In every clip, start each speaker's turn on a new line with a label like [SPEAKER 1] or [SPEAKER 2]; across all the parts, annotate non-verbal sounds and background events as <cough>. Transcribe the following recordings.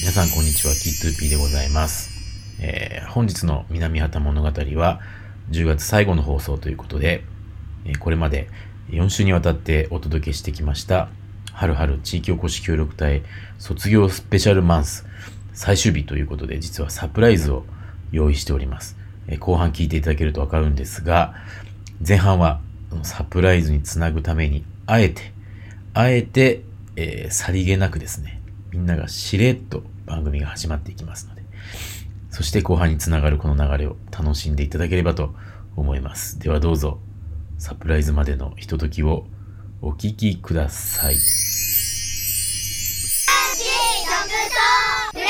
[SPEAKER 1] 皆さんこんにちは、T2P でございます。えー本日の南畑物語は10月最後の放送ということで、えーこれまで4週にわたってお届けしてきました、はるはる地域おこし協力隊卒業スペシャルマンス最終日ということで、実はサプライズを用意しております。えー後半聞いていただけるとわかるんですが、前半はサプライズにつなぐために、あえて、あえて、えーさりげなくですね、みんながしれっと番組が始まっていきますので、そして後半につながるこの流れを楽しんでいただければと思います。ではどうぞ、サプライズまでのひとときをお聞きください。
[SPEAKER 2] フレッシュラ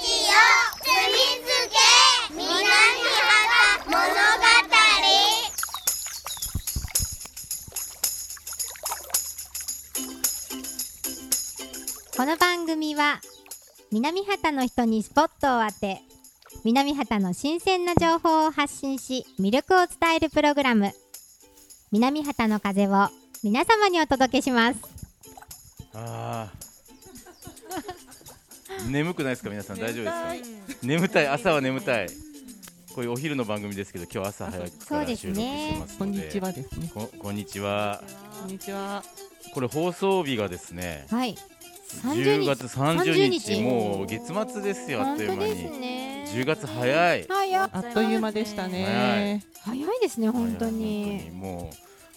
[SPEAKER 2] ジオ積み付け南畑物語
[SPEAKER 3] この番組は南畑の人にスポットを当て南畑の新鮮な情報を発信し魅力を伝えるプログラム南畑の風を皆様にお届けします
[SPEAKER 4] あー眠くないですか皆さん大丈夫ですか眠たい朝は眠たいこういうお昼の番組ですけど今日朝早くから収録してます
[SPEAKER 5] こん
[SPEAKER 4] ので
[SPEAKER 5] にちはですね。
[SPEAKER 4] ここんにちは
[SPEAKER 5] こんにちは。
[SPEAKER 4] これ放送日がですね
[SPEAKER 3] はい
[SPEAKER 4] 10
[SPEAKER 3] 30日
[SPEAKER 4] 月30日
[SPEAKER 3] 30日
[SPEAKER 4] もう月末ですよあっ
[SPEAKER 3] 本
[SPEAKER 4] という
[SPEAKER 3] 当
[SPEAKER 4] 間
[SPEAKER 3] で
[SPEAKER 4] に
[SPEAKER 3] すね
[SPEAKER 4] 10月早い
[SPEAKER 3] 早
[SPEAKER 5] あっという間でしたね。
[SPEAKER 3] 早いですね本当
[SPEAKER 4] 早い
[SPEAKER 3] に
[SPEAKER 4] 本当もう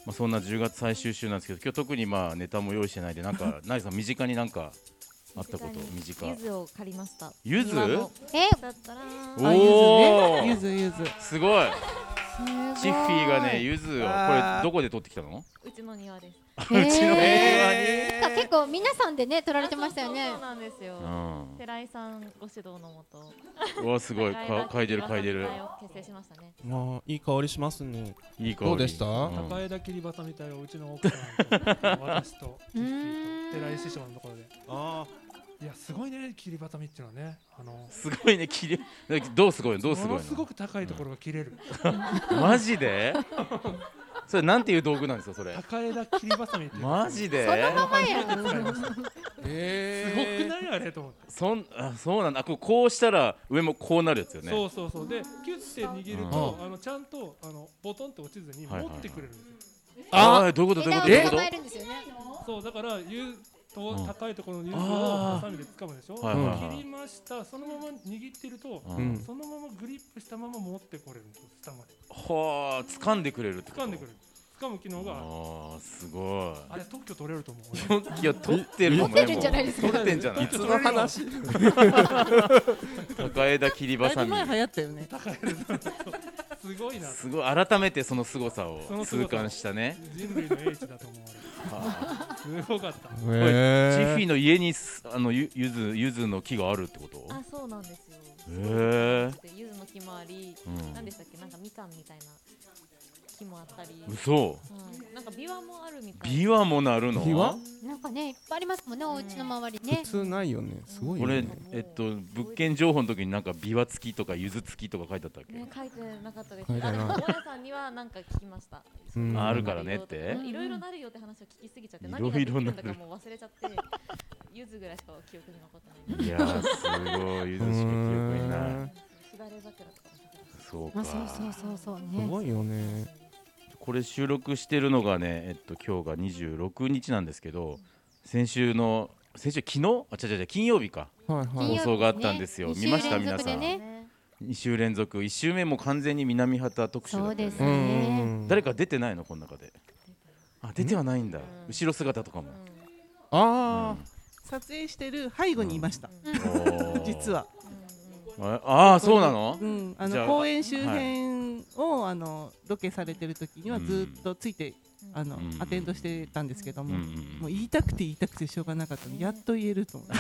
[SPEAKER 4] まあそんな10月最終週なんですけど今日特にまあネタも用意してないでなん
[SPEAKER 6] <laughs>
[SPEAKER 4] かナイさん身近になんかあったこと身近
[SPEAKER 6] ゆずを借りました。
[SPEAKER 4] ゆず
[SPEAKER 6] 庭の
[SPEAKER 3] え
[SPEAKER 6] だったら
[SPEAKER 4] お
[SPEAKER 5] あゆず
[SPEAKER 4] お
[SPEAKER 5] ね。ゆずゆず。
[SPEAKER 4] すごい
[SPEAKER 3] す
[SPEAKER 4] チッフィーがね、ゆずを、こ
[SPEAKER 5] あ
[SPEAKER 4] れ
[SPEAKER 5] ー
[SPEAKER 4] どこで取ってきたの。
[SPEAKER 6] うちの庭です。
[SPEAKER 4] うちの
[SPEAKER 3] え
[SPEAKER 4] 庭に。
[SPEAKER 3] ー結構皆さんでね撮られてましたよ
[SPEAKER 6] あ
[SPEAKER 3] ね
[SPEAKER 6] そうそうそうなんですよ
[SPEAKER 4] う。ん
[SPEAKER 6] 寺井さんご指導のもと、
[SPEAKER 4] うわ、す
[SPEAKER 6] <laughs>
[SPEAKER 4] ごい、か
[SPEAKER 6] 高、
[SPEAKER 4] 嗅いでる、
[SPEAKER 6] 田
[SPEAKER 4] 嗅いでる
[SPEAKER 6] 高。田を結成しましたね。
[SPEAKER 7] あーいい香りしますね。
[SPEAKER 4] いい香り。
[SPEAKER 8] どうでした
[SPEAKER 4] うん
[SPEAKER 7] 高枝切り端みたいなうちの奥さんと私とキッキーと寺井師匠のところで。
[SPEAKER 8] あ
[SPEAKER 7] いやすごいね切り端みっていうのはね。あの
[SPEAKER 4] すごいね、切れ、どうすごいの、どうす
[SPEAKER 7] も
[SPEAKER 4] ごい
[SPEAKER 7] のすご
[SPEAKER 4] の。
[SPEAKER 7] く高いところが切れる。
[SPEAKER 4] <laughs> マジで。それ、なんていう道具なんですか、それ。
[SPEAKER 7] 高枝切り端みっていう。
[SPEAKER 4] マジで。
[SPEAKER 7] 初めて使いました。すごく
[SPEAKER 8] え
[SPEAKER 7] ないあれと思って。
[SPEAKER 4] そん、あ、そうなんだ、あこう、こうしたら、上もこうなるやつよね。
[SPEAKER 7] そうそうそうでキュッて握ると
[SPEAKER 8] う
[SPEAKER 7] あのちゃんとあのボトンって落ちずに
[SPEAKER 4] はいはい
[SPEAKER 7] 持
[SPEAKER 4] はい
[SPEAKER 7] ってくれるんですよ。
[SPEAKER 4] あー、どういうこと、どういうこと、どういう
[SPEAKER 3] 枝
[SPEAKER 4] こ
[SPEAKER 3] を捕
[SPEAKER 4] と
[SPEAKER 3] まえ。るんですよね
[SPEAKER 7] そうだからゆと
[SPEAKER 4] うん
[SPEAKER 7] 高いところのゆずを
[SPEAKER 4] あー
[SPEAKER 7] ハサミで掴むでしょ。
[SPEAKER 4] はいはいはい
[SPEAKER 7] 切りましたそのまま握ってると。
[SPEAKER 4] う
[SPEAKER 8] うんん
[SPEAKER 7] そのままグリップしたまま持ってこれるんですよ下まで
[SPEAKER 4] はあ、掴んでくれるってこと。
[SPEAKER 7] 掴んでくれる掴む機能がある
[SPEAKER 4] ああ、すごい。
[SPEAKER 7] あれ特許取れると思う俺
[SPEAKER 4] <laughs> いや、取ってるかもね。
[SPEAKER 3] 取ってるんじゃないですか
[SPEAKER 4] もう取ってんじゃない
[SPEAKER 8] い。つの
[SPEAKER 7] <laughs>
[SPEAKER 8] 話？
[SPEAKER 4] 高枝切り
[SPEAKER 5] だ
[SPEAKER 4] ば
[SPEAKER 5] い
[SPEAKER 4] さ
[SPEAKER 5] ぶ
[SPEAKER 4] み。
[SPEAKER 5] 前流行ったよね。
[SPEAKER 7] すごいな
[SPEAKER 4] すごい改めてその凄さを
[SPEAKER 7] その凄
[SPEAKER 4] 痛
[SPEAKER 7] さ
[SPEAKER 4] 感したね。
[SPEAKER 7] 人類の英知だと思うあれすごかった
[SPEAKER 8] え
[SPEAKER 4] チッフィ
[SPEAKER 8] え
[SPEAKER 4] ーの家にすあのゆゆずゆずの木があるってこと？
[SPEAKER 6] あ、そうなんですよ。
[SPEAKER 4] へえ。
[SPEAKER 6] でゆずの木もあり、
[SPEAKER 4] うん
[SPEAKER 6] なんでしたっけ、なんかみかんみたいな木もあったり、
[SPEAKER 4] 嘘。
[SPEAKER 6] はいなんか琵琶もあるみたい。
[SPEAKER 4] ビワもなるの？
[SPEAKER 8] ビワ？
[SPEAKER 3] なんかねいっぱいありますもんねお家の周りね
[SPEAKER 8] 普通ないよね。すごい
[SPEAKER 4] こ
[SPEAKER 8] よ
[SPEAKER 4] れ
[SPEAKER 8] ね。
[SPEAKER 4] えっと物件情報の時になんかビワ付きとかゆず付きとか書いてあったっけ？
[SPEAKER 6] ね、書いてなかったです。
[SPEAKER 8] 書いて
[SPEAKER 6] あ
[SPEAKER 8] な
[SPEAKER 6] で
[SPEAKER 8] い
[SPEAKER 6] も大家さんにはなんか聞きました。
[SPEAKER 8] うん
[SPEAKER 4] あるからねって
[SPEAKER 6] いろいろなるよって話を聞きすぎちゃって、
[SPEAKER 4] いろい
[SPEAKER 6] 何
[SPEAKER 4] ろ
[SPEAKER 6] ができるん
[SPEAKER 4] な
[SPEAKER 6] だ
[SPEAKER 4] る
[SPEAKER 6] かもう忘れちゃって、ゆずぐらいしか記憶に残ってない。
[SPEAKER 4] いやーすごい
[SPEAKER 6] <laughs>
[SPEAKER 4] ゆずしか記憶にない。
[SPEAKER 6] すだれ桜とかも咲いてました
[SPEAKER 4] そう
[SPEAKER 3] ま
[SPEAKER 4] か
[SPEAKER 3] あ。そうそうそうそう
[SPEAKER 8] す
[SPEAKER 3] ね
[SPEAKER 8] ごいよね。
[SPEAKER 4] これ収録してるのがね、えっと今日が26日なんですけど、先週の先週昨日あ違う違う違う金曜日か。
[SPEAKER 8] はいは
[SPEAKER 3] 金
[SPEAKER 4] 放
[SPEAKER 3] 曜
[SPEAKER 8] い。
[SPEAKER 3] 日
[SPEAKER 4] 送があったんですよ
[SPEAKER 3] ね
[SPEAKER 4] 見ました
[SPEAKER 3] 二週連続でね
[SPEAKER 6] ね。
[SPEAKER 4] 2週連続1週目も完全に南畑特集だったよね
[SPEAKER 3] そうです
[SPEAKER 8] う
[SPEAKER 3] ね
[SPEAKER 8] ん。
[SPEAKER 4] 誰か出てないのこの中であ出てはないんだ後ろ姿とかも、
[SPEAKER 8] あ
[SPEAKER 5] 撮影してる背後にいました。
[SPEAKER 4] おー
[SPEAKER 5] <laughs> 実は。
[SPEAKER 4] ああーそうなの
[SPEAKER 5] うん。あ
[SPEAKER 4] じゃあ
[SPEAKER 5] の公園周辺をあのロケされてる時にはずっとついてあの
[SPEAKER 4] うん
[SPEAKER 5] アテンドしてたんですけど
[SPEAKER 4] うんう
[SPEAKER 5] も。
[SPEAKER 4] ん
[SPEAKER 5] も
[SPEAKER 4] う
[SPEAKER 5] うん言いたくて言いたくてしょうがなかったのやっと言えると思って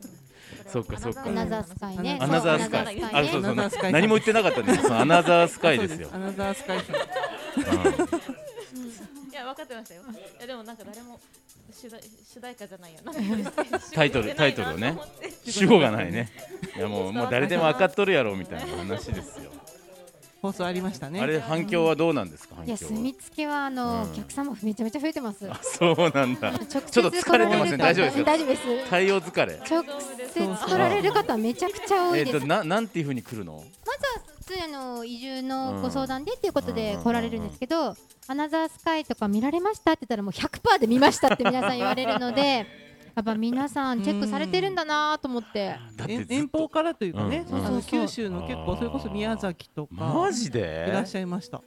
[SPEAKER 4] <laughs> そっかそっか
[SPEAKER 3] アナザースカイね
[SPEAKER 4] アナザース
[SPEAKER 3] そうア
[SPEAKER 4] カ
[SPEAKER 3] ナ
[SPEAKER 4] イ
[SPEAKER 3] ザースカ
[SPEAKER 4] あ
[SPEAKER 3] イね
[SPEAKER 4] そうそう
[SPEAKER 5] アナザースカイ
[SPEAKER 4] 何も言ってなかったんですよそのアナザースカイですよ
[SPEAKER 5] そうアナザースカイさん
[SPEAKER 4] うん
[SPEAKER 6] いや分かってましたよ。いやでもなんか誰も主題主題歌じゃないよ。
[SPEAKER 4] <laughs>
[SPEAKER 6] なんか言ってないな
[SPEAKER 4] タイトルタイトルをね
[SPEAKER 6] <laughs> と思って
[SPEAKER 4] 主語がないねいやもうもう誰でも分かっとるやろみたいな話ですよ
[SPEAKER 5] 放送ありましたね
[SPEAKER 4] あれ反響はどうなんですか反
[SPEAKER 3] いや
[SPEAKER 4] 響
[SPEAKER 3] 住
[SPEAKER 4] は
[SPEAKER 3] み付けはあの、
[SPEAKER 4] うん
[SPEAKER 3] お客様めちゃめちゃ増えてます。直
[SPEAKER 4] そうなんだ
[SPEAKER 3] 接
[SPEAKER 4] ちょっと疲れてま
[SPEAKER 3] 来
[SPEAKER 4] せ
[SPEAKER 3] れ
[SPEAKER 4] ん
[SPEAKER 3] る方
[SPEAKER 4] 大丈夫です
[SPEAKER 3] 大丈夫です。
[SPEAKER 4] 対応疲れ
[SPEAKER 3] 直で作られる方めちゃくちゃ多
[SPEAKER 4] え
[SPEAKER 3] い
[SPEAKER 4] っ、
[SPEAKER 3] です。
[SPEAKER 4] とななんていうふうに来るの？
[SPEAKER 3] 普通にあの移住のご相談でっていうこと
[SPEAKER 4] う
[SPEAKER 3] で
[SPEAKER 4] ん
[SPEAKER 3] 来られるんですけど、アナザースカイとか見られましたって言ったらもう100%で見ましたって皆さん言われるので、 <laughs> やっぱ皆さんチェックされてるんだなと思って。
[SPEAKER 4] だってず
[SPEAKER 5] 遠
[SPEAKER 4] っと
[SPEAKER 5] 遠方からというかね、
[SPEAKER 4] うん
[SPEAKER 3] そう
[SPEAKER 5] あの
[SPEAKER 3] そう
[SPEAKER 5] 九州の結構それこそ宮崎とか
[SPEAKER 4] マジで？
[SPEAKER 5] いらっしゃいました。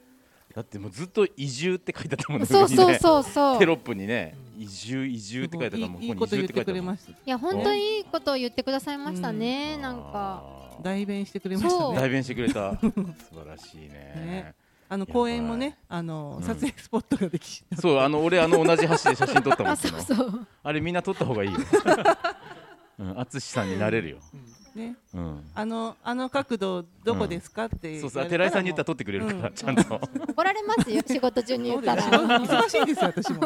[SPEAKER 4] だってもうずっと移住って書いてあったもんね。
[SPEAKER 3] <laughs> そう
[SPEAKER 4] ここ
[SPEAKER 3] そう
[SPEAKER 4] にね
[SPEAKER 3] そうそう。
[SPEAKER 4] テ
[SPEAKER 3] い
[SPEAKER 4] ロップにね移住移住って書いてあったもん
[SPEAKER 5] いいいい
[SPEAKER 4] こ
[SPEAKER 5] こ
[SPEAKER 4] ことに移
[SPEAKER 5] 言
[SPEAKER 4] 住
[SPEAKER 5] っ
[SPEAKER 4] って書
[SPEAKER 5] て
[SPEAKER 4] いてあったも
[SPEAKER 5] くれ
[SPEAKER 4] ん
[SPEAKER 5] ま。した。
[SPEAKER 3] や本当にいいことを言ってくださいましたね。なんか
[SPEAKER 4] あー
[SPEAKER 5] 代弁してくれました
[SPEAKER 3] そう
[SPEAKER 5] ね。
[SPEAKER 4] 代弁してくれ
[SPEAKER 5] <laughs>
[SPEAKER 4] た素晴らしいね
[SPEAKER 5] ね。あの公園もね、あの
[SPEAKER 4] うん
[SPEAKER 5] 撮影スポットができた。
[SPEAKER 4] そうあの俺あの同じ橋で写真撮ったも
[SPEAKER 3] あ
[SPEAKER 4] ん昨
[SPEAKER 3] <laughs> そ
[SPEAKER 4] 日
[SPEAKER 3] うそう。
[SPEAKER 4] あれみんな撮った方
[SPEAKER 5] <laughs>
[SPEAKER 4] がいいよ。うん淳さんになれるよ。
[SPEAKER 5] ね、
[SPEAKER 4] うん。
[SPEAKER 5] あのあの角度どこですかって言
[SPEAKER 4] そう
[SPEAKER 5] われたら
[SPEAKER 4] そうあ寺
[SPEAKER 5] もう。
[SPEAKER 4] 井さんに言ったら撮ってくれるから
[SPEAKER 5] うん
[SPEAKER 4] ちゃんと。
[SPEAKER 3] 怒られますよ仕事中に言
[SPEAKER 5] そ
[SPEAKER 3] っ
[SPEAKER 5] うで
[SPEAKER 3] た
[SPEAKER 5] す
[SPEAKER 3] ら。
[SPEAKER 5] 忙しいん
[SPEAKER 3] <laughs>
[SPEAKER 5] ですよ私も。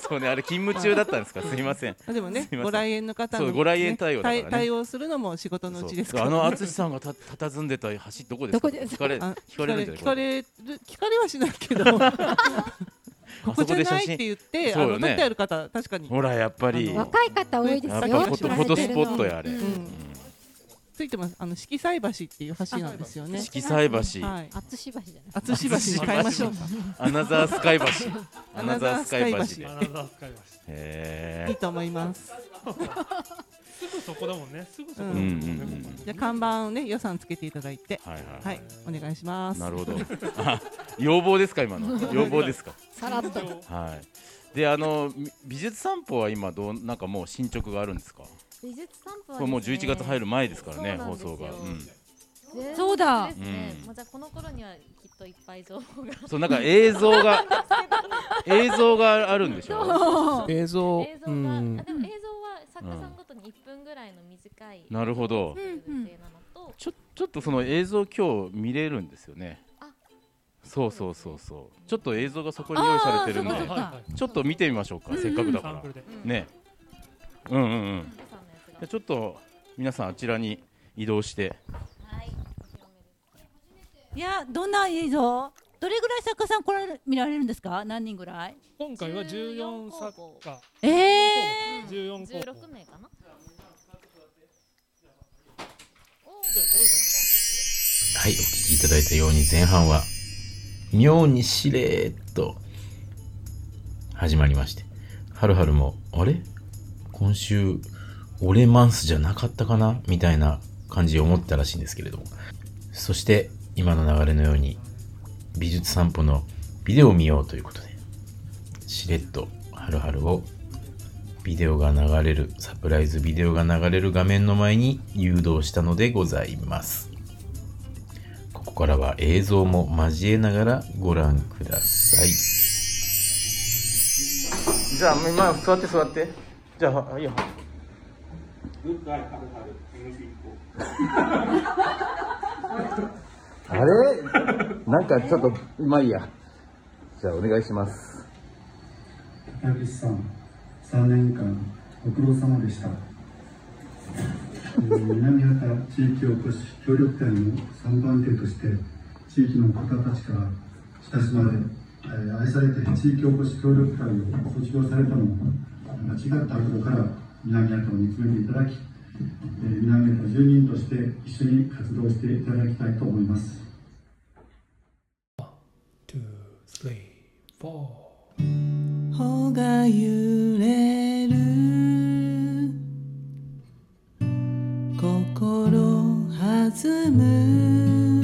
[SPEAKER 4] そうねあれ勤務中だったんですかすいません。
[SPEAKER 5] あでもね
[SPEAKER 4] <laughs> すいません
[SPEAKER 5] ご来園の方の、
[SPEAKER 4] そ
[SPEAKER 5] ね、
[SPEAKER 4] うご来園対応だからね
[SPEAKER 5] 対対応するのも仕事のうちです
[SPEAKER 4] そう
[SPEAKER 5] から。
[SPEAKER 4] あの淳さんがた佇んでた橋どこですか
[SPEAKER 3] どこです
[SPEAKER 4] 聞かれ
[SPEAKER 5] あ
[SPEAKER 4] 聞かれるんじゃない
[SPEAKER 5] 聞かれる聞かれはしないけ
[SPEAKER 4] <laughs>
[SPEAKER 5] どここじゃないって言って
[SPEAKER 4] そう
[SPEAKER 5] あの
[SPEAKER 4] よ
[SPEAKER 5] 撮
[SPEAKER 4] ね
[SPEAKER 5] ってある方確かに
[SPEAKER 4] ほらやっぱり
[SPEAKER 5] あの
[SPEAKER 3] 若い方多いです
[SPEAKER 4] な
[SPEAKER 3] よ。
[SPEAKER 4] ん
[SPEAKER 5] い
[SPEAKER 4] か
[SPEAKER 5] です
[SPEAKER 4] フ
[SPEAKER 5] よ
[SPEAKER 4] ォト
[SPEAKER 5] 知ら
[SPEAKER 4] フ
[SPEAKER 5] れ
[SPEAKER 4] ォト
[SPEAKER 5] てる
[SPEAKER 4] スポットやあれ、
[SPEAKER 5] うんついてますあの色彩橋っていう橋なんですよね
[SPEAKER 4] 色彩橋、
[SPEAKER 5] はい
[SPEAKER 3] あつし橋じゃない。
[SPEAKER 5] 厚し橋に変えましょう
[SPEAKER 4] <laughs> アナザースカイ橋ア
[SPEAKER 5] ア
[SPEAKER 4] ナ
[SPEAKER 5] ナ
[SPEAKER 4] ザ
[SPEAKER 5] ザ
[SPEAKER 4] ー
[SPEAKER 5] ー
[SPEAKER 4] ス
[SPEAKER 5] ス
[SPEAKER 4] カ
[SPEAKER 5] カ
[SPEAKER 4] イ
[SPEAKER 5] イ
[SPEAKER 4] 橋
[SPEAKER 5] 橋
[SPEAKER 4] で
[SPEAKER 7] アナザー使いました。
[SPEAKER 5] <laughs> いい
[SPEAKER 4] へ
[SPEAKER 5] と思います
[SPEAKER 7] すぐそこだもんね。すぐそこだ
[SPEAKER 5] う
[SPEAKER 7] も
[SPEAKER 5] ん
[SPEAKER 7] ん
[SPEAKER 4] う
[SPEAKER 7] ね。
[SPEAKER 4] んうんうん
[SPEAKER 7] ここ
[SPEAKER 5] じゃあ看板をね予算つけていただいて
[SPEAKER 4] ーはいはい、
[SPEAKER 5] はいお願いします
[SPEAKER 4] なるほどあ要望ですか今
[SPEAKER 5] <laughs>
[SPEAKER 4] の要望ですか
[SPEAKER 3] さらっと。
[SPEAKER 4] はいであのみ美術散歩は今どうなんかもう進捗があるんですか
[SPEAKER 6] 美術散歩は
[SPEAKER 4] これもう11月入
[SPEAKER 6] る
[SPEAKER 4] る前ですからね
[SPEAKER 6] そうなん
[SPEAKER 4] 放
[SPEAKER 6] ですよ
[SPEAKER 4] 送が、うん、
[SPEAKER 3] そうだ
[SPEAKER 6] ですね、
[SPEAKER 4] うん
[SPEAKER 6] もうじゃあこの頃にはきっといっぱい情報が
[SPEAKER 4] そうなんか映像
[SPEAKER 6] <laughs>
[SPEAKER 4] が映像があるんでしょ
[SPEAKER 8] 映像
[SPEAKER 6] 映像
[SPEAKER 8] う
[SPEAKER 6] が、
[SPEAKER 8] ん
[SPEAKER 6] あでも映像は作家さんごとに1分ぐらいの短い
[SPEAKER 4] なるほど
[SPEAKER 6] 予定なのと、
[SPEAKER 4] ちょちょっとその映像今日見れるんですよね
[SPEAKER 6] あ。
[SPEAKER 4] そうそうそうそう。ちょっと映像がそこに用意されてるん
[SPEAKER 7] はい
[SPEAKER 4] で、
[SPEAKER 7] は
[SPEAKER 4] ちょっと見てみましょうか。せっかく
[SPEAKER 7] い。
[SPEAKER 4] だ
[SPEAKER 7] サン
[SPEAKER 4] か
[SPEAKER 7] プルで。
[SPEAKER 6] うん
[SPEAKER 4] ら。ね。うんうんうん。じゃあ
[SPEAKER 6] 皆さんのやつが
[SPEAKER 4] ちょっと皆さんあちらに移動して。
[SPEAKER 6] はい
[SPEAKER 9] いや、どんな映像どれぐらい作家さんこれ見られるんですか何人ぐらい
[SPEAKER 7] 今回は14作家。
[SPEAKER 9] ええ
[SPEAKER 7] 14候補。
[SPEAKER 6] 16名かな
[SPEAKER 1] はい、お聞きいただいたように前半は妙にしれーっと始まりまして、はるはるも、あれ今週、俺マンスじゃなかったかなみたいな感じを思ったらしいんですけれども。そして、今の流れのように、美術散歩のビデオを見ようということで、しれっとはるはるをビデオが流れる、サプライズビデオが流れる画面の前に誘導したのでございます。ここからは映像も交えながらご覧ください。
[SPEAKER 4] じゃあ今座って座って。じゃあいいよ。
[SPEAKER 10] あれなんかちょっと、まあいいや。じゃあお願いします。
[SPEAKER 11] たけしさん、3年間ご苦労様でした。えー南畑地域おこし協力隊の3番手として、地域の方たちから親しまれ、えー愛されて地域おこし協力隊を卒業されたのも、間違ったことから南畑を見つめていただき、えー南畑住人として一緒に活動していただきたいと思います。
[SPEAKER 12] 穂が揺れる心弾む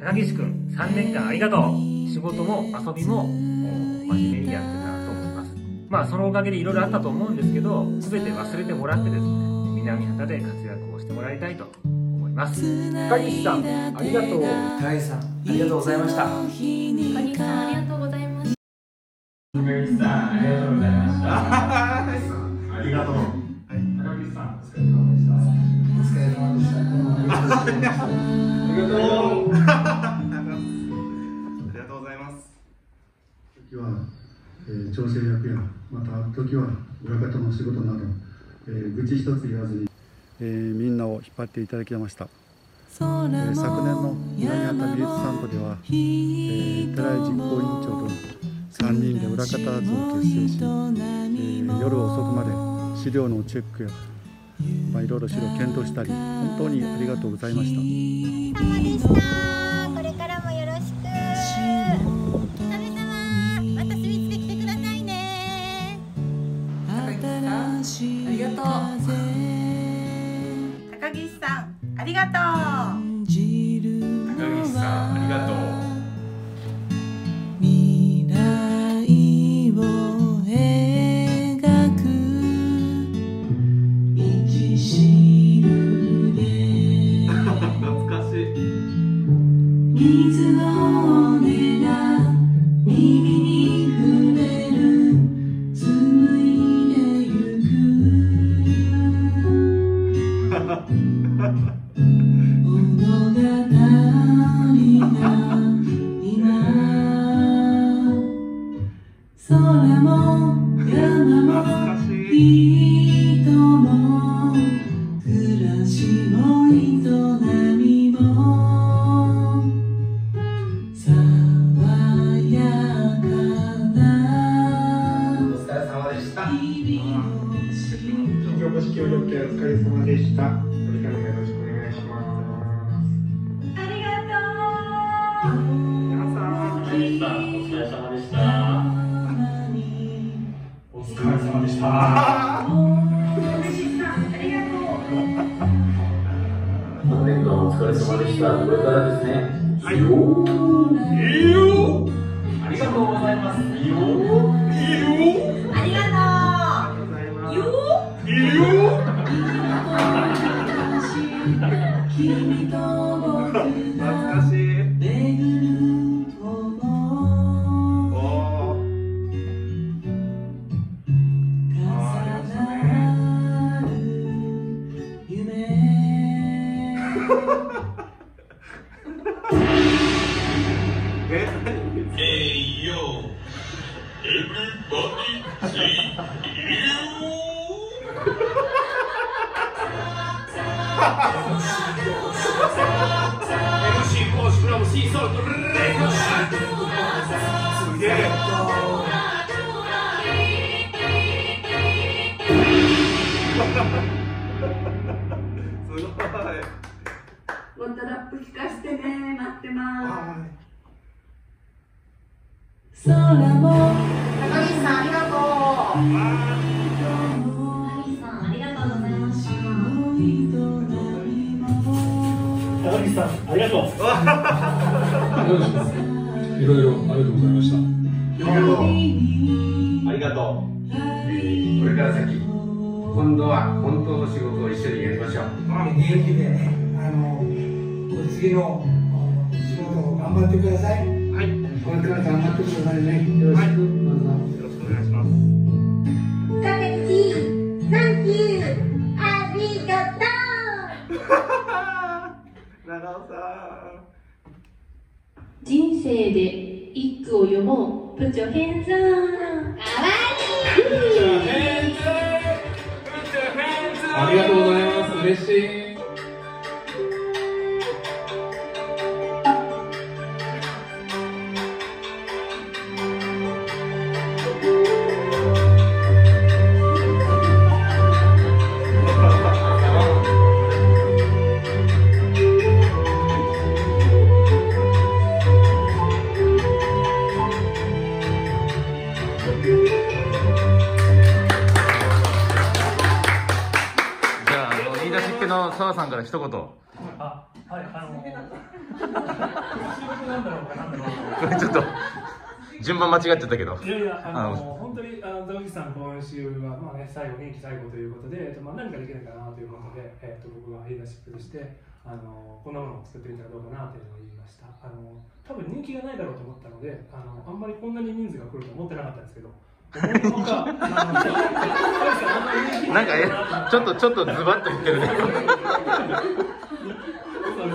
[SPEAKER 11] 高岸君、3年間ありがとう仕事も遊びもお真面目にやってたと思いますまあそのおかげでいろいろあったと思うんですけど全て忘れてもらってですね南畑で活躍をしてもらいたいと思います高岸さんありがとう高岸さんありがとうございました
[SPEAKER 6] カニさんありがとうございました
[SPEAKER 11] ありがとうはい高岸さんお疲れ様でしたお疲れ様でしたありがとう
[SPEAKER 8] <laughs>
[SPEAKER 11] ありがとうございます時は、えー調整役やまた時は裏方の仕事など、えー愚痴一つ言わずに、えーみんなを引っ張っていただきました、
[SPEAKER 12] 空
[SPEAKER 11] えー昨年の
[SPEAKER 12] も
[SPEAKER 11] 南畑美術散歩では、えー寺井実行委員長と3人で裏方図を結成し、えー夜遅くまで資料のチェックやまあ、いろいろ資料検討したり本当にありがとうございました。
[SPEAKER 13] これからもよろしく。食べたわ。またスイーツで来てくださいね。
[SPEAKER 12] 新しい
[SPEAKER 13] ありがとう
[SPEAKER 5] 高岸さんありがとう
[SPEAKER 12] 高岸さんありがとう未来を描く道しるべ懐かしい水の音が耳に触れる紡いでゆく物語が今空も山も人も暮らしも営みも爽やかな
[SPEAKER 11] お疲れ様でした。
[SPEAKER 12] 日々を
[SPEAKER 11] 今日お越し協力お疲れ様でした。これからもよろしくお願いします。ありがとう。皆さん、お疲れ様でした。お疲れ様でした。
[SPEAKER 14] 本年度もお疲れ様でした。これからですね。はい。よー。よありがとうございます。よー。よ
[SPEAKER 5] ありがとうよ
[SPEAKER 14] よ
[SPEAKER 12] 君と僕が巡る友重なる夢
[SPEAKER 14] すげえ。
[SPEAKER 12] またラップ聞かしてね待ってます空も高岸さんありがとう高岸さんありがとうございました高岸さんありがと <laughs> ういろいろありがとうございました
[SPEAKER 8] ありがとう。これから先、今度は本当の仕事を一緒にやりましょう。元気でね、あの、次のあの仕事を頑張ってください。はい。これから頑張ってくださいね。よろしく。よろしくお願いします。
[SPEAKER 13] サンキュー、サンキュー、ありがと
[SPEAKER 11] 長尾さ
[SPEAKER 6] 人生で一句を読もう。プチョヘンザー。
[SPEAKER 14] ありがとうございます。嬉しい。
[SPEAKER 4] じゃああの言い出しっぺの澤さんから一言こ
[SPEAKER 7] あ、はい、あのー。なんだろうか、なんだろう。
[SPEAKER 4] れちょっと順番間違っちゃったけど
[SPEAKER 7] いやいや、あの
[SPEAKER 4] あ
[SPEAKER 7] ー
[SPEAKER 4] の
[SPEAKER 7] 本当に、あの、高木さん、今週は、まあね、最後、元気最後ということで、えっと、まあ、何かできないかなということで、えっと、僕がリーダーシップとして。あのー、こんなものを作ってみたらどうかなというのを言いました。あのー、多分人気がないだろうと思ったので、あのー、あんまりこんなに人数が来ると思ってなかったんですけど。思いのほかあのー
[SPEAKER 4] なんかえちょっとちょっとズバ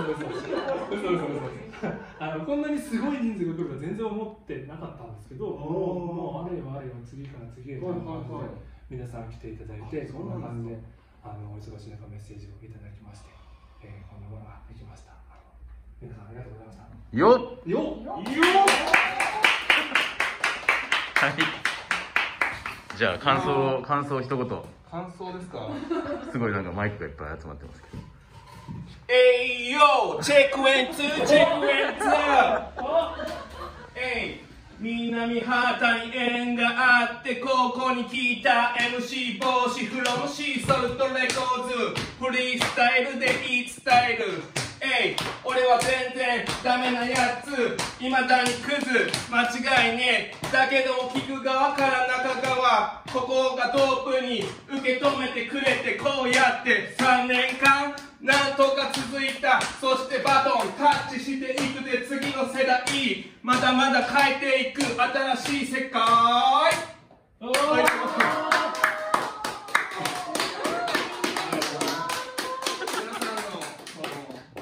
[SPEAKER 4] ッと言ってるね
[SPEAKER 7] あのこんなにすごい人数が来るとは全然思ってなかったんですけど、もうもうあれよあれよ次から次へという感じで皆さん来ていただいて、こんな感じであのお忙しい中メッセージをいただきまして、えーこんなものができました。あの皆さんありがとうございました。
[SPEAKER 4] よ
[SPEAKER 7] よ
[SPEAKER 4] はい。じゃあ感想を感想を一言
[SPEAKER 14] 感想ですか
[SPEAKER 4] すごいなんかマイクがいっぱい集まってますけど
[SPEAKER 14] えいよチェックエンツーチェックエンツーえい南畑に縁があってここに来た MC 帽子フロムシーソルトレコーズフリースタイルでいいスタイルえい俺は全然ダメなやついまだにクズ間違いねえだけども聞く側から中側ここがドープに受け止めてくれてこうやって3年間なんとか続いたそしてバトンタッチしていくで次の世代まだまだ変えていく新しい世界はい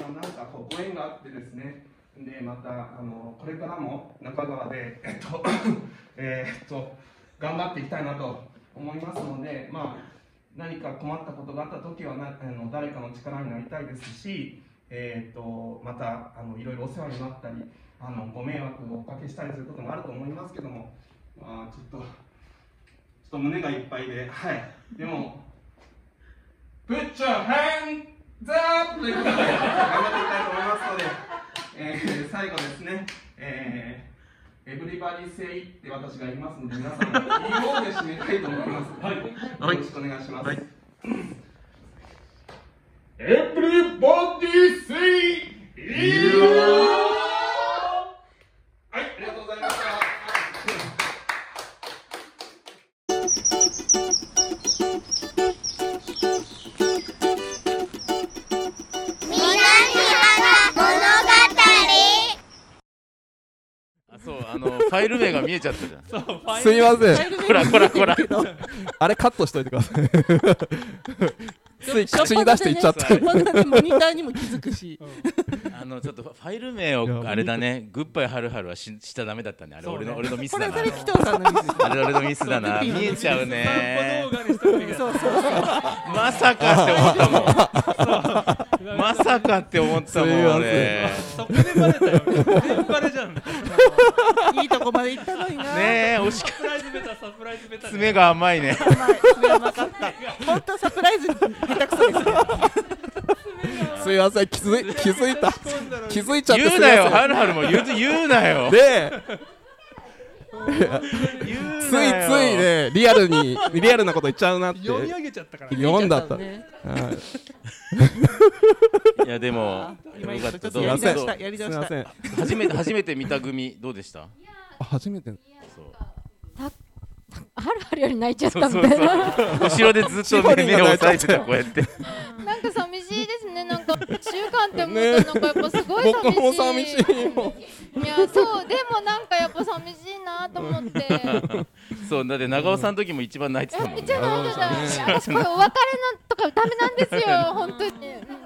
[SPEAKER 10] まあなんかこうご縁があってですねでまたあのこれからも中川でえっとえーっと頑張っていきたいなと思いますのでまあ何か困ったことがあった時はなあの誰かの力になりたいですしえーっとまたあのいろいろお世話になったりあのご迷惑をおかけしたりすることもあると思いますけどもまあちょっとちょっと胸がいっぱいではいでも Put your hands up! ということで、頑張っていきたいと思いますので、えー最後ですね、えー、エブリバディセイって私が言いますので、皆さん、いいようで締めたいと思います。はい、よろしくお願いします。エブリバディセイいいよはい、ありがとうございました。
[SPEAKER 2] 南原物語
[SPEAKER 4] あそうあのファイル名が見えちゃったじゃん
[SPEAKER 8] すみません。
[SPEAKER 4] こらこらこら
[SPEAKER 8] あれカットしといてください。つい口に出していっちゃった。
[SPEAKER 4] あのちょっとファイル名をあれだねグッバイハルハルはししちゃダメだったねあれ
[SPEAKER 5] そうね
[SPEAKER 4] 俺の俺のミスだな
[SPEAKER 5] これそれ紀藤さんのミス
[SPEAKER 4] あれ俺のミスだな
[SPEAKER 5] そう
[SPEAKER 4] 見えちゃうね
[SPEAKER 5] そうそうそう
[SPEAKER 4] まさかって思ったもん
[SPEAKER 5] あ
[SPEAKER 4] まさかって思ったもん俺
[SPEAKER 5] すいませんそこでバレたよ全バレじゃん <laughs> いいとこまで行ったのにな
[SPEAKER 4] ねえ惜しかった
[SPEAKER 5] サプライズベタサプライズベタ
[SPEAKER 4] 爪が甘いね
[SPEAKER 5] 爪甘かった本当サプライズ下手くそですね
[SPEAKER 8] <laughs> すいません。気づい気づいた。気づいちゃって
[SPEAKER 4] 言
[SPEAKER 8] す
[SPEAKER 4] う
[SPEAKER 8] みま
[SPEAKER 4] な
[SPEAKER 8] せん。
[SPEAKER 4] よハルハルも言う言うなよ
[SPEAKER 8] ねえついついねリアルにリアルなこと言っちゃうなって
[SPEAKER 4] 読み上げちゃったから
[SPEAKER 8] 読んだった
[SPEAKER 4] 気づいち
[SPEAKER 8] はい
[SPEAKER 4] いやでも
[SPEAKER 8] 今
[SPEAKER 4] よかった
[SPEAKER 8] ちょっと
[SPEAKER 4] どう
[SPEAKER 8] やり
[SPEAKER 4] どう
[SPEAKER 8] だしたやりだしたすいません
[SPEAKER 4] 初めて初めて見た組どうでした
[SPEAKER 8] あ初めて
[SPEAKER 13] ハルハルより泣いちゃったみ
[SPEAKER 4] そ
[SPEAKER 13] た
[SPEAKER 4] うそう
[SPEAKER 13] い
[SPEAKER 4] そう
[SPEAKER 13] な。
[SPEAKER 4] 後ろでずっと
[SPEAKER 8] シボリンが
[SPEAKER 4] 目目を押さえてたこうやって
[SPEAKER 13] なんか寂しいですね。なんか一週間って思うとなんかやっぱすごい寂しい。
[SPEAKER 8] 僕も寂しいよ
[SPEAKER 13] いやそうでもなんかやっぱ寂しいなと思って。
[SPEAKER 4] そうだって長尾さんの時も一番泣いてたもんね
[SPEAKER 13] 一番泣いてた。私これお別れのとかダメなんですよ
[SPEAKER 4] <laughs>
[SPEAKER 13] 本当に。うん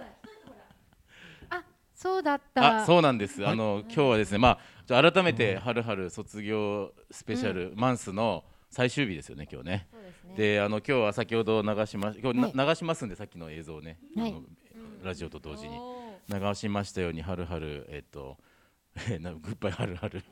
[SPEAKER 13] あそうだった。
[SPEAKER 4] あそうなんです。あの今日はですね、まあちょっと改めてはるはる卒業スペシャル、マンスの最終日ですよね今日ね。であの今日は先ほど流しま今日な、流しますんでさっきの映像をね、
[SPEAKER 13] はい
[SPEAKER 4] あのラジオと同時に流しましたようにはるはるえっと。 <laughs> えーなグッバイはるはる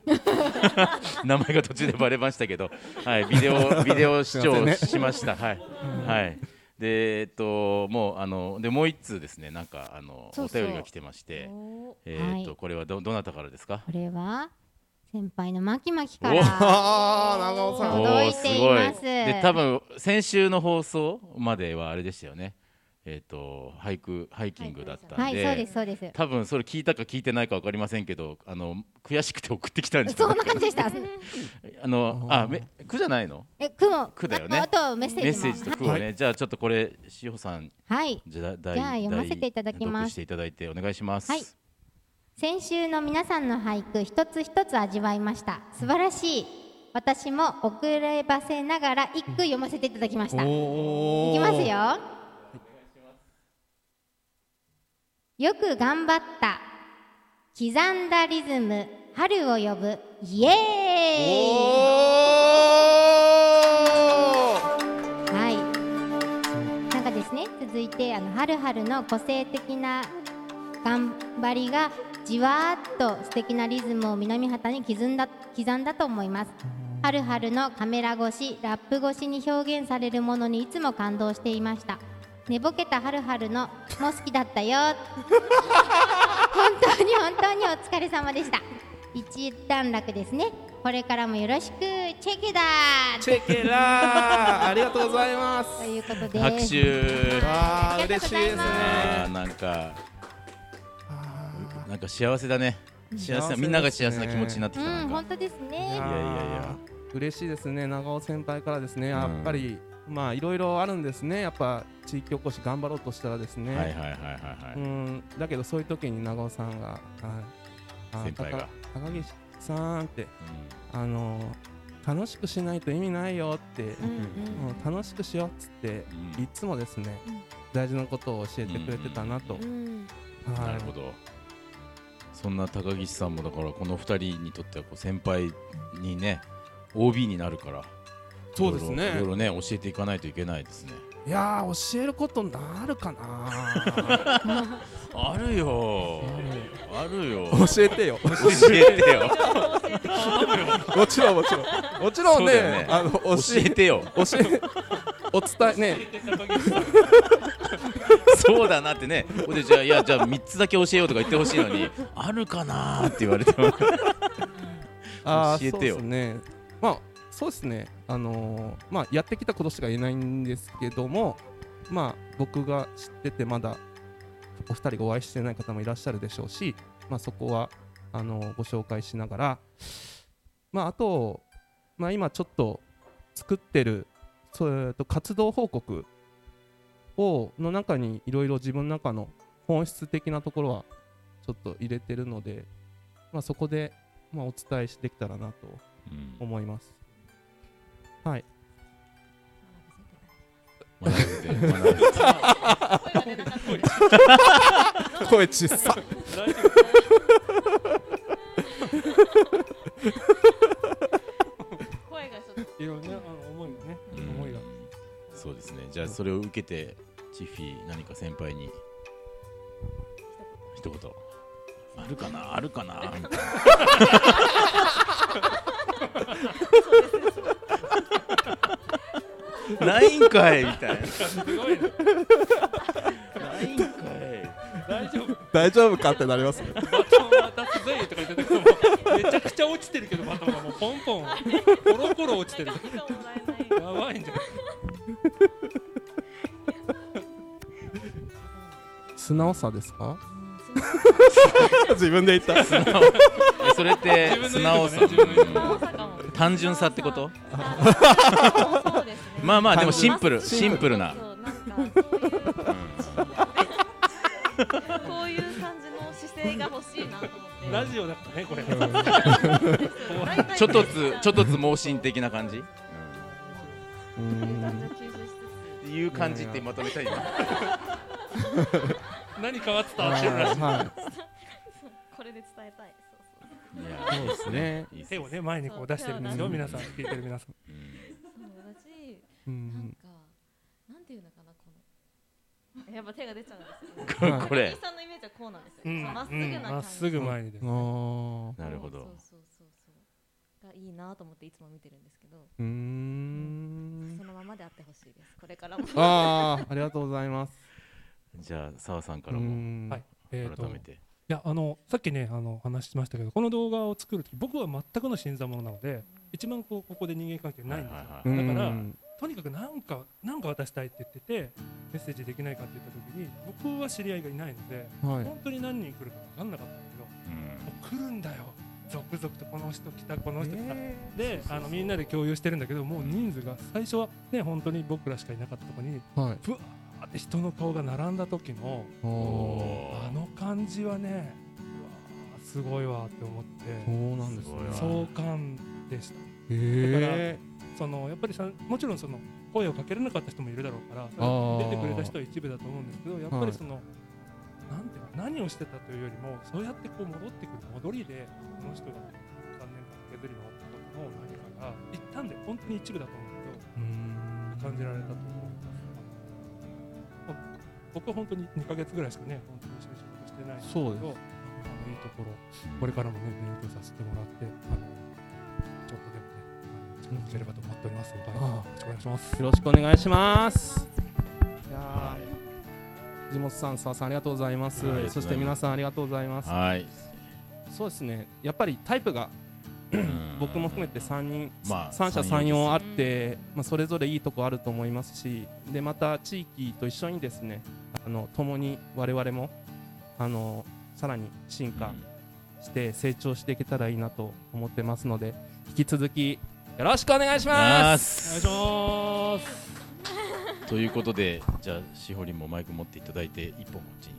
[SPEAKER 4] 名前が途中でバレましたけど、はい、ビデ
[SPEAKER 8] <laughs>
[SPEAKER 4] オビデオ視
[SPEAKER 8] すい
[SPEAKER 4] 聴
[SPEAKER 8] ませんね
[SPEAKER 4] しました、はい、
[SPEAKER 8] うん
[SPEAKER 4] はい、でえっともうあのでもう一通ですねなんかあの
[SPEAKER 13] そうそう
[SPEAKER 4] お便りが来てまして
[SPEAKER 13] おー
[SPEAKER 4] えーっと、
[SPEAKER 13] はい
[SPEAKER 4] これはどどなたからですか
[SPEAKER 13] これは先輩のまきまきから
[SPEAKER 4] お
[SPEAKER 8] 長尾さん
[SPEAKER 13] 届いています。
[SPEAKER 4] で多分先週の放送まではあれでしたよねえーっ、と俳句ハイキングだったんで、
[SPEAKER 13] はいそうですそうです
[SPEAKER 4] 多分それ聞いたか聞いてないかわかりませんけどあの悔しくて送ってきたんじゃ
[SPEAKER 13] そ
[SPEAKER 4] ない
[SPEAKER 13] んな感じでした。
[SPEAKER 4] あのあめ苦じゃないの
[SPEAKER 13] <laughs> えく <laughs> も
[SPEAKER 4] 苦だよね
[SPEAKER 13] あとあとメッセージ
[SPEAKER 4] と
[SPEAKER 13] も
[SPEAKER 4] 苦をね、
[SPEAKER 13] は
[SPEAKER 4] じゃあちょっとこれしほさん
[SPEAKER 13] はい
[SPEAKER 4] じゃあ
[SPEAKER 13] じゃあ読ませていただきます
[SPEAKER 4] 読していただいてお願いします
[SPEAKER 13] はい先週の皆さんの俳句一つ一つ味わいました素晴らしい私も遅ればせながら一句読ませていただきましたい
[SPEAKER 8] お
[SPEAKER 13] きますよよく頑張った刻んだリズム春を呼ぶイエーイはいなんかですね続いてあの春春の個性的な頑張りがじわーっと素敵なリズムを南畑に刻んだ刻んだと思いますはるはるのカメラ越しラップ越しに表現されるものにいつも感動していました寝ぼけたはるはるのも好きだった
[SPEAKER 8] <laughs>
[SPEAKER 13] よ本当に本当にお疲れ様でした一段落ですねこれからもよろしくチェケだ
[SPEAKER 8] チェケラーありがとうございます
[SPEAKER 13] ということで
[SPEAKER 4] 拍手
[SPEAKER 8] わあ嬉しいですね
[SPEAKER 4] あーなんかなんか幸せだね幸せだみんなが幸せな気持ちになってきた
[SPEAKER 13] う
[SPEAKER 4] なんん
[SPEAKER 13] 本
[SPEAKER 4] か
[SPEAKER 13] 当ですね
[SPEAKER 8] いやいやいや嬉しいですね長尾先輩からですねやっぱり、まあいろいろあるんですねやっぱ地域おこし頑張ろうとしたらですね
[SPEAKER 4] はいはいはいはいはい
[SPEAKER 8] うんだけどそういう時に長尾さんが、はい、あ
[SPEAKER 4] 先輩が
[SPEAKER 8] 高高岸さんって、あの楽しくしないと意味ないよって、
[SPEAKER 7] ん
[SPEAKER 8] うん楽しくしようっつって、いつもですね、大事なことを教えてくれてたなと、はい
[SPEAKER 4] なるほどそんな高岸さんもだからこの二人にとってはこう先輩にね OB になるから
[SPEAKER 8] そうですね
[SPEAKER 4] いろいろいろね教えていかないといけないですね
[SPEAKER 8] いやー教えることになるかな
[SPEAKER 4] <laughs> あるよあるよ
[SPEAKER 8] 教えてよ
[SPEAKER 4] 教えてよ
[SPEAKER 8] <laughs> もちろんもちろんもちろん
[SPEAKER 4] そ
[SPEAKER 8] ね
[SPEAKER 4] うだよね
[SPEAKER 8] あの
[SPEAKER 4] 教えてよ
[SPEAKER 8] 教えお伝えね
[SPEAKER 4] そうだなってねほんでじゃあいやじゃあ3つだけ教えようとか言ってほしいのにあるかなーって言われても
[SPEAKER 8] <laughs> あ
[SPEAKER 4] 教
[SPEAKER 8] ー
[SPEAKER 4] えてよ
[SPEAKER 8] そうですねまあそうですねあのーまあやってきたことしか言えないんですけどもまあ僕が知っててまだお二人がお会いしてない方もいらっしゃるでしょうしまあそこはあのーご紹介しながらまああとまあ今ちょっと作ってるそうえっと活動報告をの中にいろいろ自分の中の本質的なところはちょっと入れてるので、まあ、そこで、まあ、お伝えできたらなと思います。はい。
[SPEAKER 4] 学べて学べて
[SPEAKER 8] 声小さ
[SPEAKER 4] 大丈
[SPEAKER 6] 声がちょっと
[SPEAKER 8] いろんなあの思いがね、思いが。
[SPEAKER 4] そうですねじゃあそれを受けてチッフィー何か先輩に一言あるかなあるかなないんかいみたいな
[SPEAKER 7] すごいね
[SPEAKER 4] ないんかい
[SPEAKER 7] 大丈夫
[SPEAKER 8] 大丈夫かってなりますね。
[SPEAKER 7] バトン渡すぜとか言ってたけどめちゃくちゃ落ちてるけどバトンがもうポンポンコロコロ落ちてるやばいんじゃない
[SPEAKER 8] 素直さですか <laughs> 自分で言った。
[SPEAKER 4] 素直え <laughs> それって素直さ
[SPEAKER 8] 自分の意見だね自分の意見
[SPEAKER 4] 単純さってこと
[SPEAKER 8] あそうですね
[SPEAKER 4] まあまあでも
[SPEAKER 8] 単純
[SPEAKER 4] シンプル
[SPEAKER 8] シン
[SPEAKER 4] シ
[SPEAKER 8] プル
[SPEAKER 4] ンプルな
[SPEAKER 6] そうなんかそういう <laughs> <laughs> こういう感じの姿勢が欲しいなと思って
[SPEAKER 7] ラジオだったねこれ
[SPEAKER 12] <laughs>
[SPEAKER 4] ちょっとつちょっとつ盲信的な感じいう感じってまとめたいな
[SPEAKER 8] <laughs>
[SPEAKER 7] 何変わってたっていうらしい
[SPEAKER 8] はい
[SPEAKER 6] これで伝えたい
[SPEAKER 7] い
[SPEAKER 4] やそうですねいいです
[SPEAKER 7] 手をね前にこう出してるんです
[SPEAKER 6] そ
[SPEAKER 7] よ
[SPEAKER 6] う
[SPEAKER 7] 皆さん聞いてる皆さん
[SPEAKER 6] そうだし
[SPEAKER 7] うん
[SPEAKER 6] なんかなんていうのかなこのやっぱ手が出ちゃうんです
[SPEAKER 7] ここれ
[SPEAKER 6] 高木さんのイメージはこうなんですよ
[SPEAKER 7] うん
[SPEAKER 6] まっすぐな感じ
[SPEAKER 7] まっすぐ前に出る
[SPEAKER 4] なるほど
[SPEAKER 6] そうそうそうがいいなと思っていつも見てるんですけど
[SPEAKER 8] うーん。
[SPEAKER 6] そのままであってほしいですこれからも
[SPEAKER 8] ああ、ありがとうございます。
[SPEAKER 4] じゃあ澤さんか
[SPEAKER 8] う
[SPEAKER 4] ら
[SPEAKER 8] ー
[SPEAKER 4] も
[SPEAKER 8] ん
[SPEAKER 4] 改
[SPEAKER 8] はい
[SPEAKER 7] えーと
[SPEAKER 4] めて
[SPEAKER 7] いやあのさっきねあの話しましたけどこの動画を作る時僕は全くの新参者なので一番こうここで人間関係ないんですよ、
[SPEAKER 4] いはいはい
[SPEAKER 7] だから、
[SPEAKER 4] うん
[SPEAKER 7] とにかくなんかなんか渡したいって言っててメッセージできないかって言った時に僕は知り合いがいないので、
[SPEAKER 8] はい
[SPEAKER 7] 本当に何人来るか分かんなかったんだけど、もう来るんだよ続々とこの人来たこの人来た、であのみんなで共有してるんだけどもう人数が最初はね本当に僕らしかいなかったとこに、
[SPEAKER 8] はい
[SPEAKER 7] ぶわーって人の顔が並んだ時の
[SPEAKER 8] お
[SPEAKER 7] あの感じはねうわーすごいわーって思って
[SPEAKER 8] そうなんですねすごい
[SPEAKER 7] 壮観でした
[SPEAKER 8] へ
[SPEAKER 7] だからそのやっぱりさもちろんその声をかけられなかった人もいるだろうからそ
[SPEAKER 8] あ
[SPEAKER 7] れ
[SPEAKER 8] ー
[SPEAKER 7] 出てくれた人は一部だと思うんですけどやっぱりその、なんていうか何をしてたというよりもそうやってこう戻ってくる戻りでこの人が3年間削り回ったことの何かが一旦で本当に一部だと思うんだけど感じられたと思う、まあ僕は本当に2ヶ月ぐらいしかね本当に一緒に仕事してないんですけど
[SPEAKER 8] そうです
[SPEAKER 7] あのいいところこれからもね勉強させてもらってあのちょっとでも
[SPEAKER 15] い
[SPEAKER 7] ねあの
[SPEAKER 15] ただければと思っております。本当によろしくお願いします。
[SPEAKER 8] よろしくお願いします。いやー地元さん、澤さんありがとうございます。
[SPEAKER 4] はいありがとうございます
[SPEAKER 8] そして皆さんありがとうございます。
[SPEAKER 4] はい
[SPEAKER 8] そうですね。やっぱりタイプが <clears throat> 僕も含めて三人、
[SPEAKER 4] まあ
[SPEAKER 8] 三者
[SPEAKER 4] 三
[SPEAKER 8] 三
[SPEAKER 4] 様
[SPEAKER 8] 様あって、まあそれぞれいいとこあると思いますし、でまた地域と一緒にですね、あの共に我々もあのさらに進化して成長していけたらいいなと思ってますので、引き続きよろしくお願いします。お願いします。
[SPEAKER 4] <laughs> ということでじゃあしほりんもマイク持っていただいて一本こっちに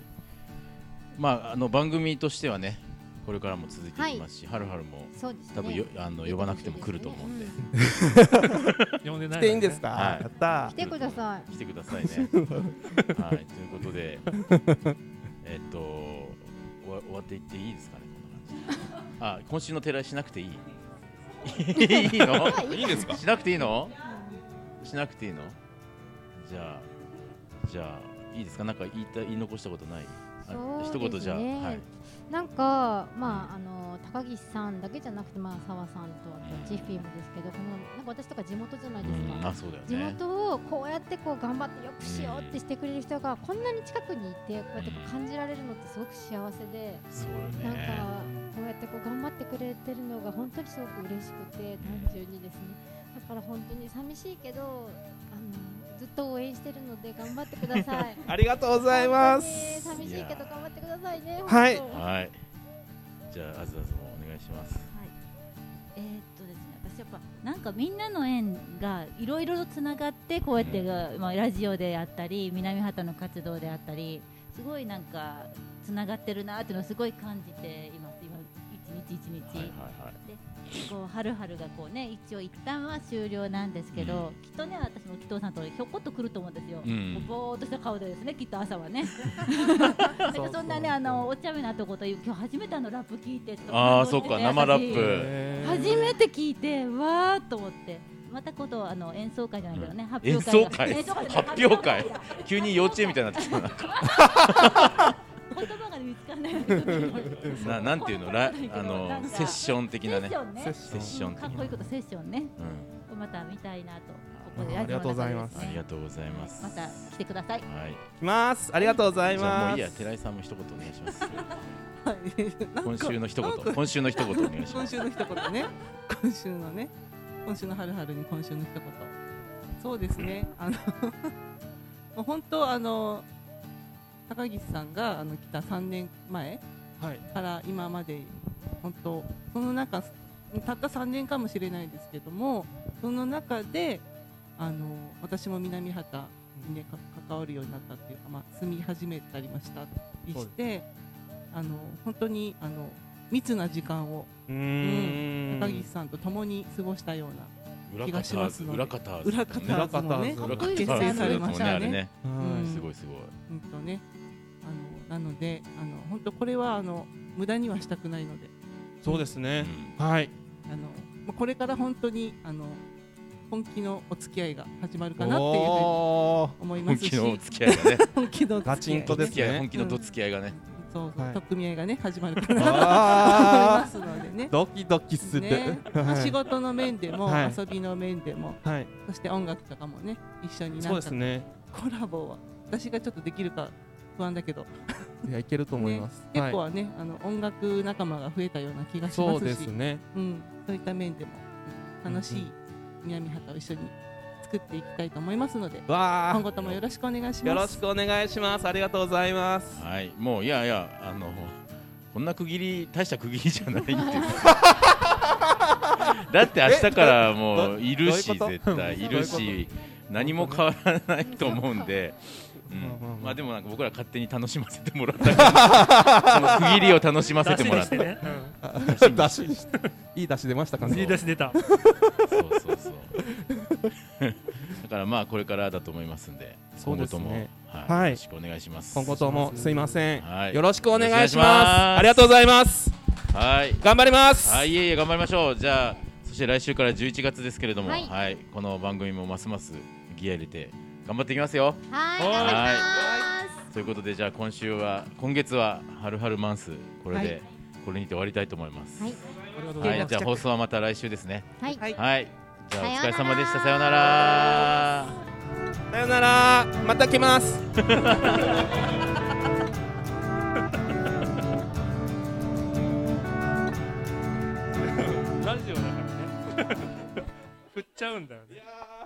[SPEAKER 4] まああの番組としてはねこれからも続いていきますし、はるはるも、
[SPEAKER 12] そうですね
[SPEAKER 4] 多分よあの呼ばなくても来ると思うんで、
[SPEAKER 15] 呼んで
[SPEAKER 8] ないのにね来ていいんですか
[SPEAKER 4] はい
[SPEAKER 8] やったー
[SPEAKER 13] 来てください
[SPEAKER 4] 来てください
[SPEAKER 8] <laughs>
[SPEAKER 4] ねはいということでえっと終わ終わっていっていいですかねこんな感じであ今週の寺しなくてい
[SPEAKER 12] <laughs>
[SPEAKER 4] いいいの
[SPEAKER 12] いいですか
[SPEAKER 4] しなくていいのしなくていいのじゃあじゃあいいですかなんか言いた言い残したことないあ
[SPEAKER 13] そう
[SPEAKER 4] 一言じゃあ、
[SPEAKER 13] ですね
[SPEAKER 4] はい
[SPEAKER 13] なんか、まあ、あの高岸さんだけじゃなくて、まあ、澤さんとあとジフィーもですけど、このなんか私とか地元じゃないですか、
[SPEAKER 4] うんまあそうだよね
[SPEAKER 13] 地元をこうやってこう頑張ってよくしようってしてくれる人がこんなに近くにいてこうやってこう感じられるのってすごく幸せで、
[SPEAKER 4] そう
[SPEAKER 13] なん
[SPEAKER 4] よ
[SPEAKER 13] か
[SPEAKER 4] ね
[SPEAKER 13] こうやってこう頑張ってくれてるのが本当にすごく嬉しくて単純にですねだから本当に寂しいけどあのずっと応援してるので頑張ってください
[SPEAKER 8] <laughs> ありがとうございます
[SPEAKER 13] 本当に寂しいけど頑張ってくださいね
[SPEAKER 8] はい
[SPEAKER 13] 本当
[SPEAKER 4] はいじゃああずあずもお願いします
[SPEAKER 9] えーっとですね、私やっぱなんかみんなの縁がいろいろとつながってこうやってが、まあ、ラジオであったり南畑の活動であったりすごいなんかつながってるなっていうのをすごい感じています今一日一日、でこうはるはるがこうね一応一旦は終了なんですけど、きっとね私も紀藤さんとひょこっと来ると思うんですよ、
[SPEAKER 12] う
[SPEAKER 9] こ
[SPEAKER 12] ん
[SPEAKER 9] うぼーっとした顔でですねきっと朝は
[SPEAKER 4] <laughs>
[SPEAKER 9] ねなん
[SPEAKER 12] そう
[SPEAKER 9] かそんなねあのお茶目なとこと今日初めてあのラップ聞いてと
[SPEAKER 4] あーそっか
[SPEAKER 9] 私
[SPEAKER 4] 生ラップ
[SPEAKER 9] へー <laughs> 初めて聞いてわーっと思ってまた今度あの演奏会じゃないけどね、発
[SPEAKER 4] 演
[SPEAKER 9] 表会
[SPEAKER 4] 奏会
[SPEAKER 9] 演奏会じゃない
[SPEAKER 4] 発表会急に幼稚園みたいになってきたな
[SPEAKER 9] <laughs> 言葉が見つからないんだけど
[SPEAKER 4] ななんていうのラあ
[SPEAKER 9] なん
[SPEAKER 4] の
[SPEAKER 9] か
[SPEAKER 4] セッション的なね
[SPEAKER 9] セッションね
[SPEAKER 4] セッション的
[SPEAKER 9] かっ
[SPEAKER 4] な
[SPEAKER 9] こいいことセッションね、また見たいなとここでラジオの中で
[SPEAKER 4] ありがとうございます
[SPEAKER 9] また来てください
[SPEAKER 4] はい
[SPEAKER 8] 来ますありがとうござい
[SPEAKER 4] じゃあもうい
[SPEAKER 8] ます
[SPEAKER 4] いや寺井さんも一言お願いします今週の一言今週の一言お願いしま
[SPEAKER 5] 今
[SPEAKER 4] す
[SPEAKER 5] 週の一言ね今週のね今週の春春に今週の一言そうですねあの <laughs> もう本当あの高岸さんがあの来た3年前から今まで本当その中たった3年かもしれないですけどもその中であの私も南畑に、ね、か関わるようになったっていうか、まあ、住み始めたりもしたり
[SPEAKER 12] そう
[SPEAKER 5] し
[SPEAKER 12] で
[SPEAKER 5] てあの本当にあの密な時間を
[SPEAKER 8] うーん
[SPEAKER 5] 高岸さんと共に過ごしたような気がしますので
[SPEAKER 4] 裏カターズ裏カターズ
[SPEAKER 5] 裏カターズもね
[SPEAKER 4] 裏カターズ
[SPEAKER 5] 結成されました
[SPEAKER 4] 裏カターズだったもんねあ
[SPEAKER 5] よね
[SPEAKER 4] れね
[SPEAKER 5] うん
[SPEAKER 4] すごいすごい
[SPEAKER 5] うんとねあのなのであの本当これはあの無駄にはしたくないので
[SPEAKER 8] そうですね、はい
[SPEAKER 5] あのまあこれから本当にあの本気の <laughs> お付き合いが始まるかなっていうふうに思いますし
[SPEAKER 4] 本気のお付き合いがね
[SPEAKER 5] <laughs> 本気のお付き合い
[SPEAKER 8] ガチンとで
[SPEAKER 4] お付
[SPEAKER 8] すね
[SPEAKER 4] き合い本気のどつき合いがね
[SPEAKER 5] そうそう、
[SPEAKER 4] はい
[SPEAKER 5] 取っ組み合いがね始まるかなと思いま <laughs>
[SPEAKER 8] あ
[SPEAKER 5] す
[SPEAKER 8] ー
[SPEAKER 5] のでね
[SPEAKER 8] ドキドキする
[SPEAKER 5] ねまあ
[SPEAKER 8] はい
[SPEAKER 5] 仕事の面でも、
[SPEAKER 8] はい
[SPEAKER 5] 遊びの面でも、
[SPEAKER 8] はい
[SPEAKER 5] そして音楽とかもね一緒になんか
[SPEAKER 8] そうですね
[SPEAKER 5] コラボは私がちょっとできるか不安だけど
[SPEAKER 8] いやいけると思います、
[SPEAKER 5] 結構
[SPEAKER 8] は
[SPEAKER 5] はね、あの音楽仲間が増えたような気がしますし
[SPEAKER 8] そうですね
[SPEAKER 5] うん、そういった面でも楽しい南畑を一緒に作っていきたいと思いますので
[SPEAKER 8] わー
[SPEAKER 5] 今後ともよろしくお願いします
[SPEAKER 8] い、よろしくお願いしますありがとうございます
[SPEAKER 4] はいもういやいやあのこんな区切り大した区切りじゃないって
[SPEAKER 8] <laughs>
[SPEAKER 4] いうだって明日からもういるし
[SPEAKER 12] えどど
[SPEAKER 4] 絶対いる
[SPEAKER 12] どういう
[SPEAKER 4] し何も変わらないと思うんで。うん、まあでもなんか僕ら勝手に楽しませてもらった
[SPEAKER 8] <laughs>
[SPEAKER 4] からその区切りを楽しませてもらって、
[SPEAKER 8] うん出しにしていい出し出ましたかね
[SPEAKER 4] いい出汁出たそう
[SPEAKER 8] <laughs>
[SPEAKER 4] そうそうだからまあこれからだと思いますんで
[SPEAKER 8] そうです
[SPEAKER 4] 今後と
[SPEAKER 8] ね
[SPEAKER 4] も、はいよ
[SPEAKER 8] はい
[SPEAKER 4] ろしくお願いします
[SPEAKER 8] 今後ともすいません、
[SPEAKER 4] はい
[SPEAKER 8] よろしくお願いし
[SPEAKER 4] よろくお願いし
[SPEAKER 8] ますありがとうございます
[SPEAKER 4] はい
[SPEAKER 8] 頑張ります
[SPEAKER 4] はいいえいえ頑張りましょうじゃあそして来週から11月ですけれどもは、
[SPEAKER 13] はいい
[SPEAKER 4] この番組もますますギア入れて頑張っていきますよ
[SPEAKER 13] はい頑張り
[SPEAKER 4] はいということでじゃあ今週は今月ははるはるマンスこれで、
[SPEAKER 13] はい
[SPEAKER 4] これにて終わりたいと思います
[SPEAKER 13] はい
[SPEAKER 4] はい、じゃあ放送はまた来週ですね。
[SPEAKER 13] はい
[SPEAKER 4] はい、じゃあお疲れ様でしたさようなら
[SPEAKER 8] さよならまた来ます
[SPEAKER 15] <laughs>
[SPEAKER 7] ラジオだからね振っちゃうんだよね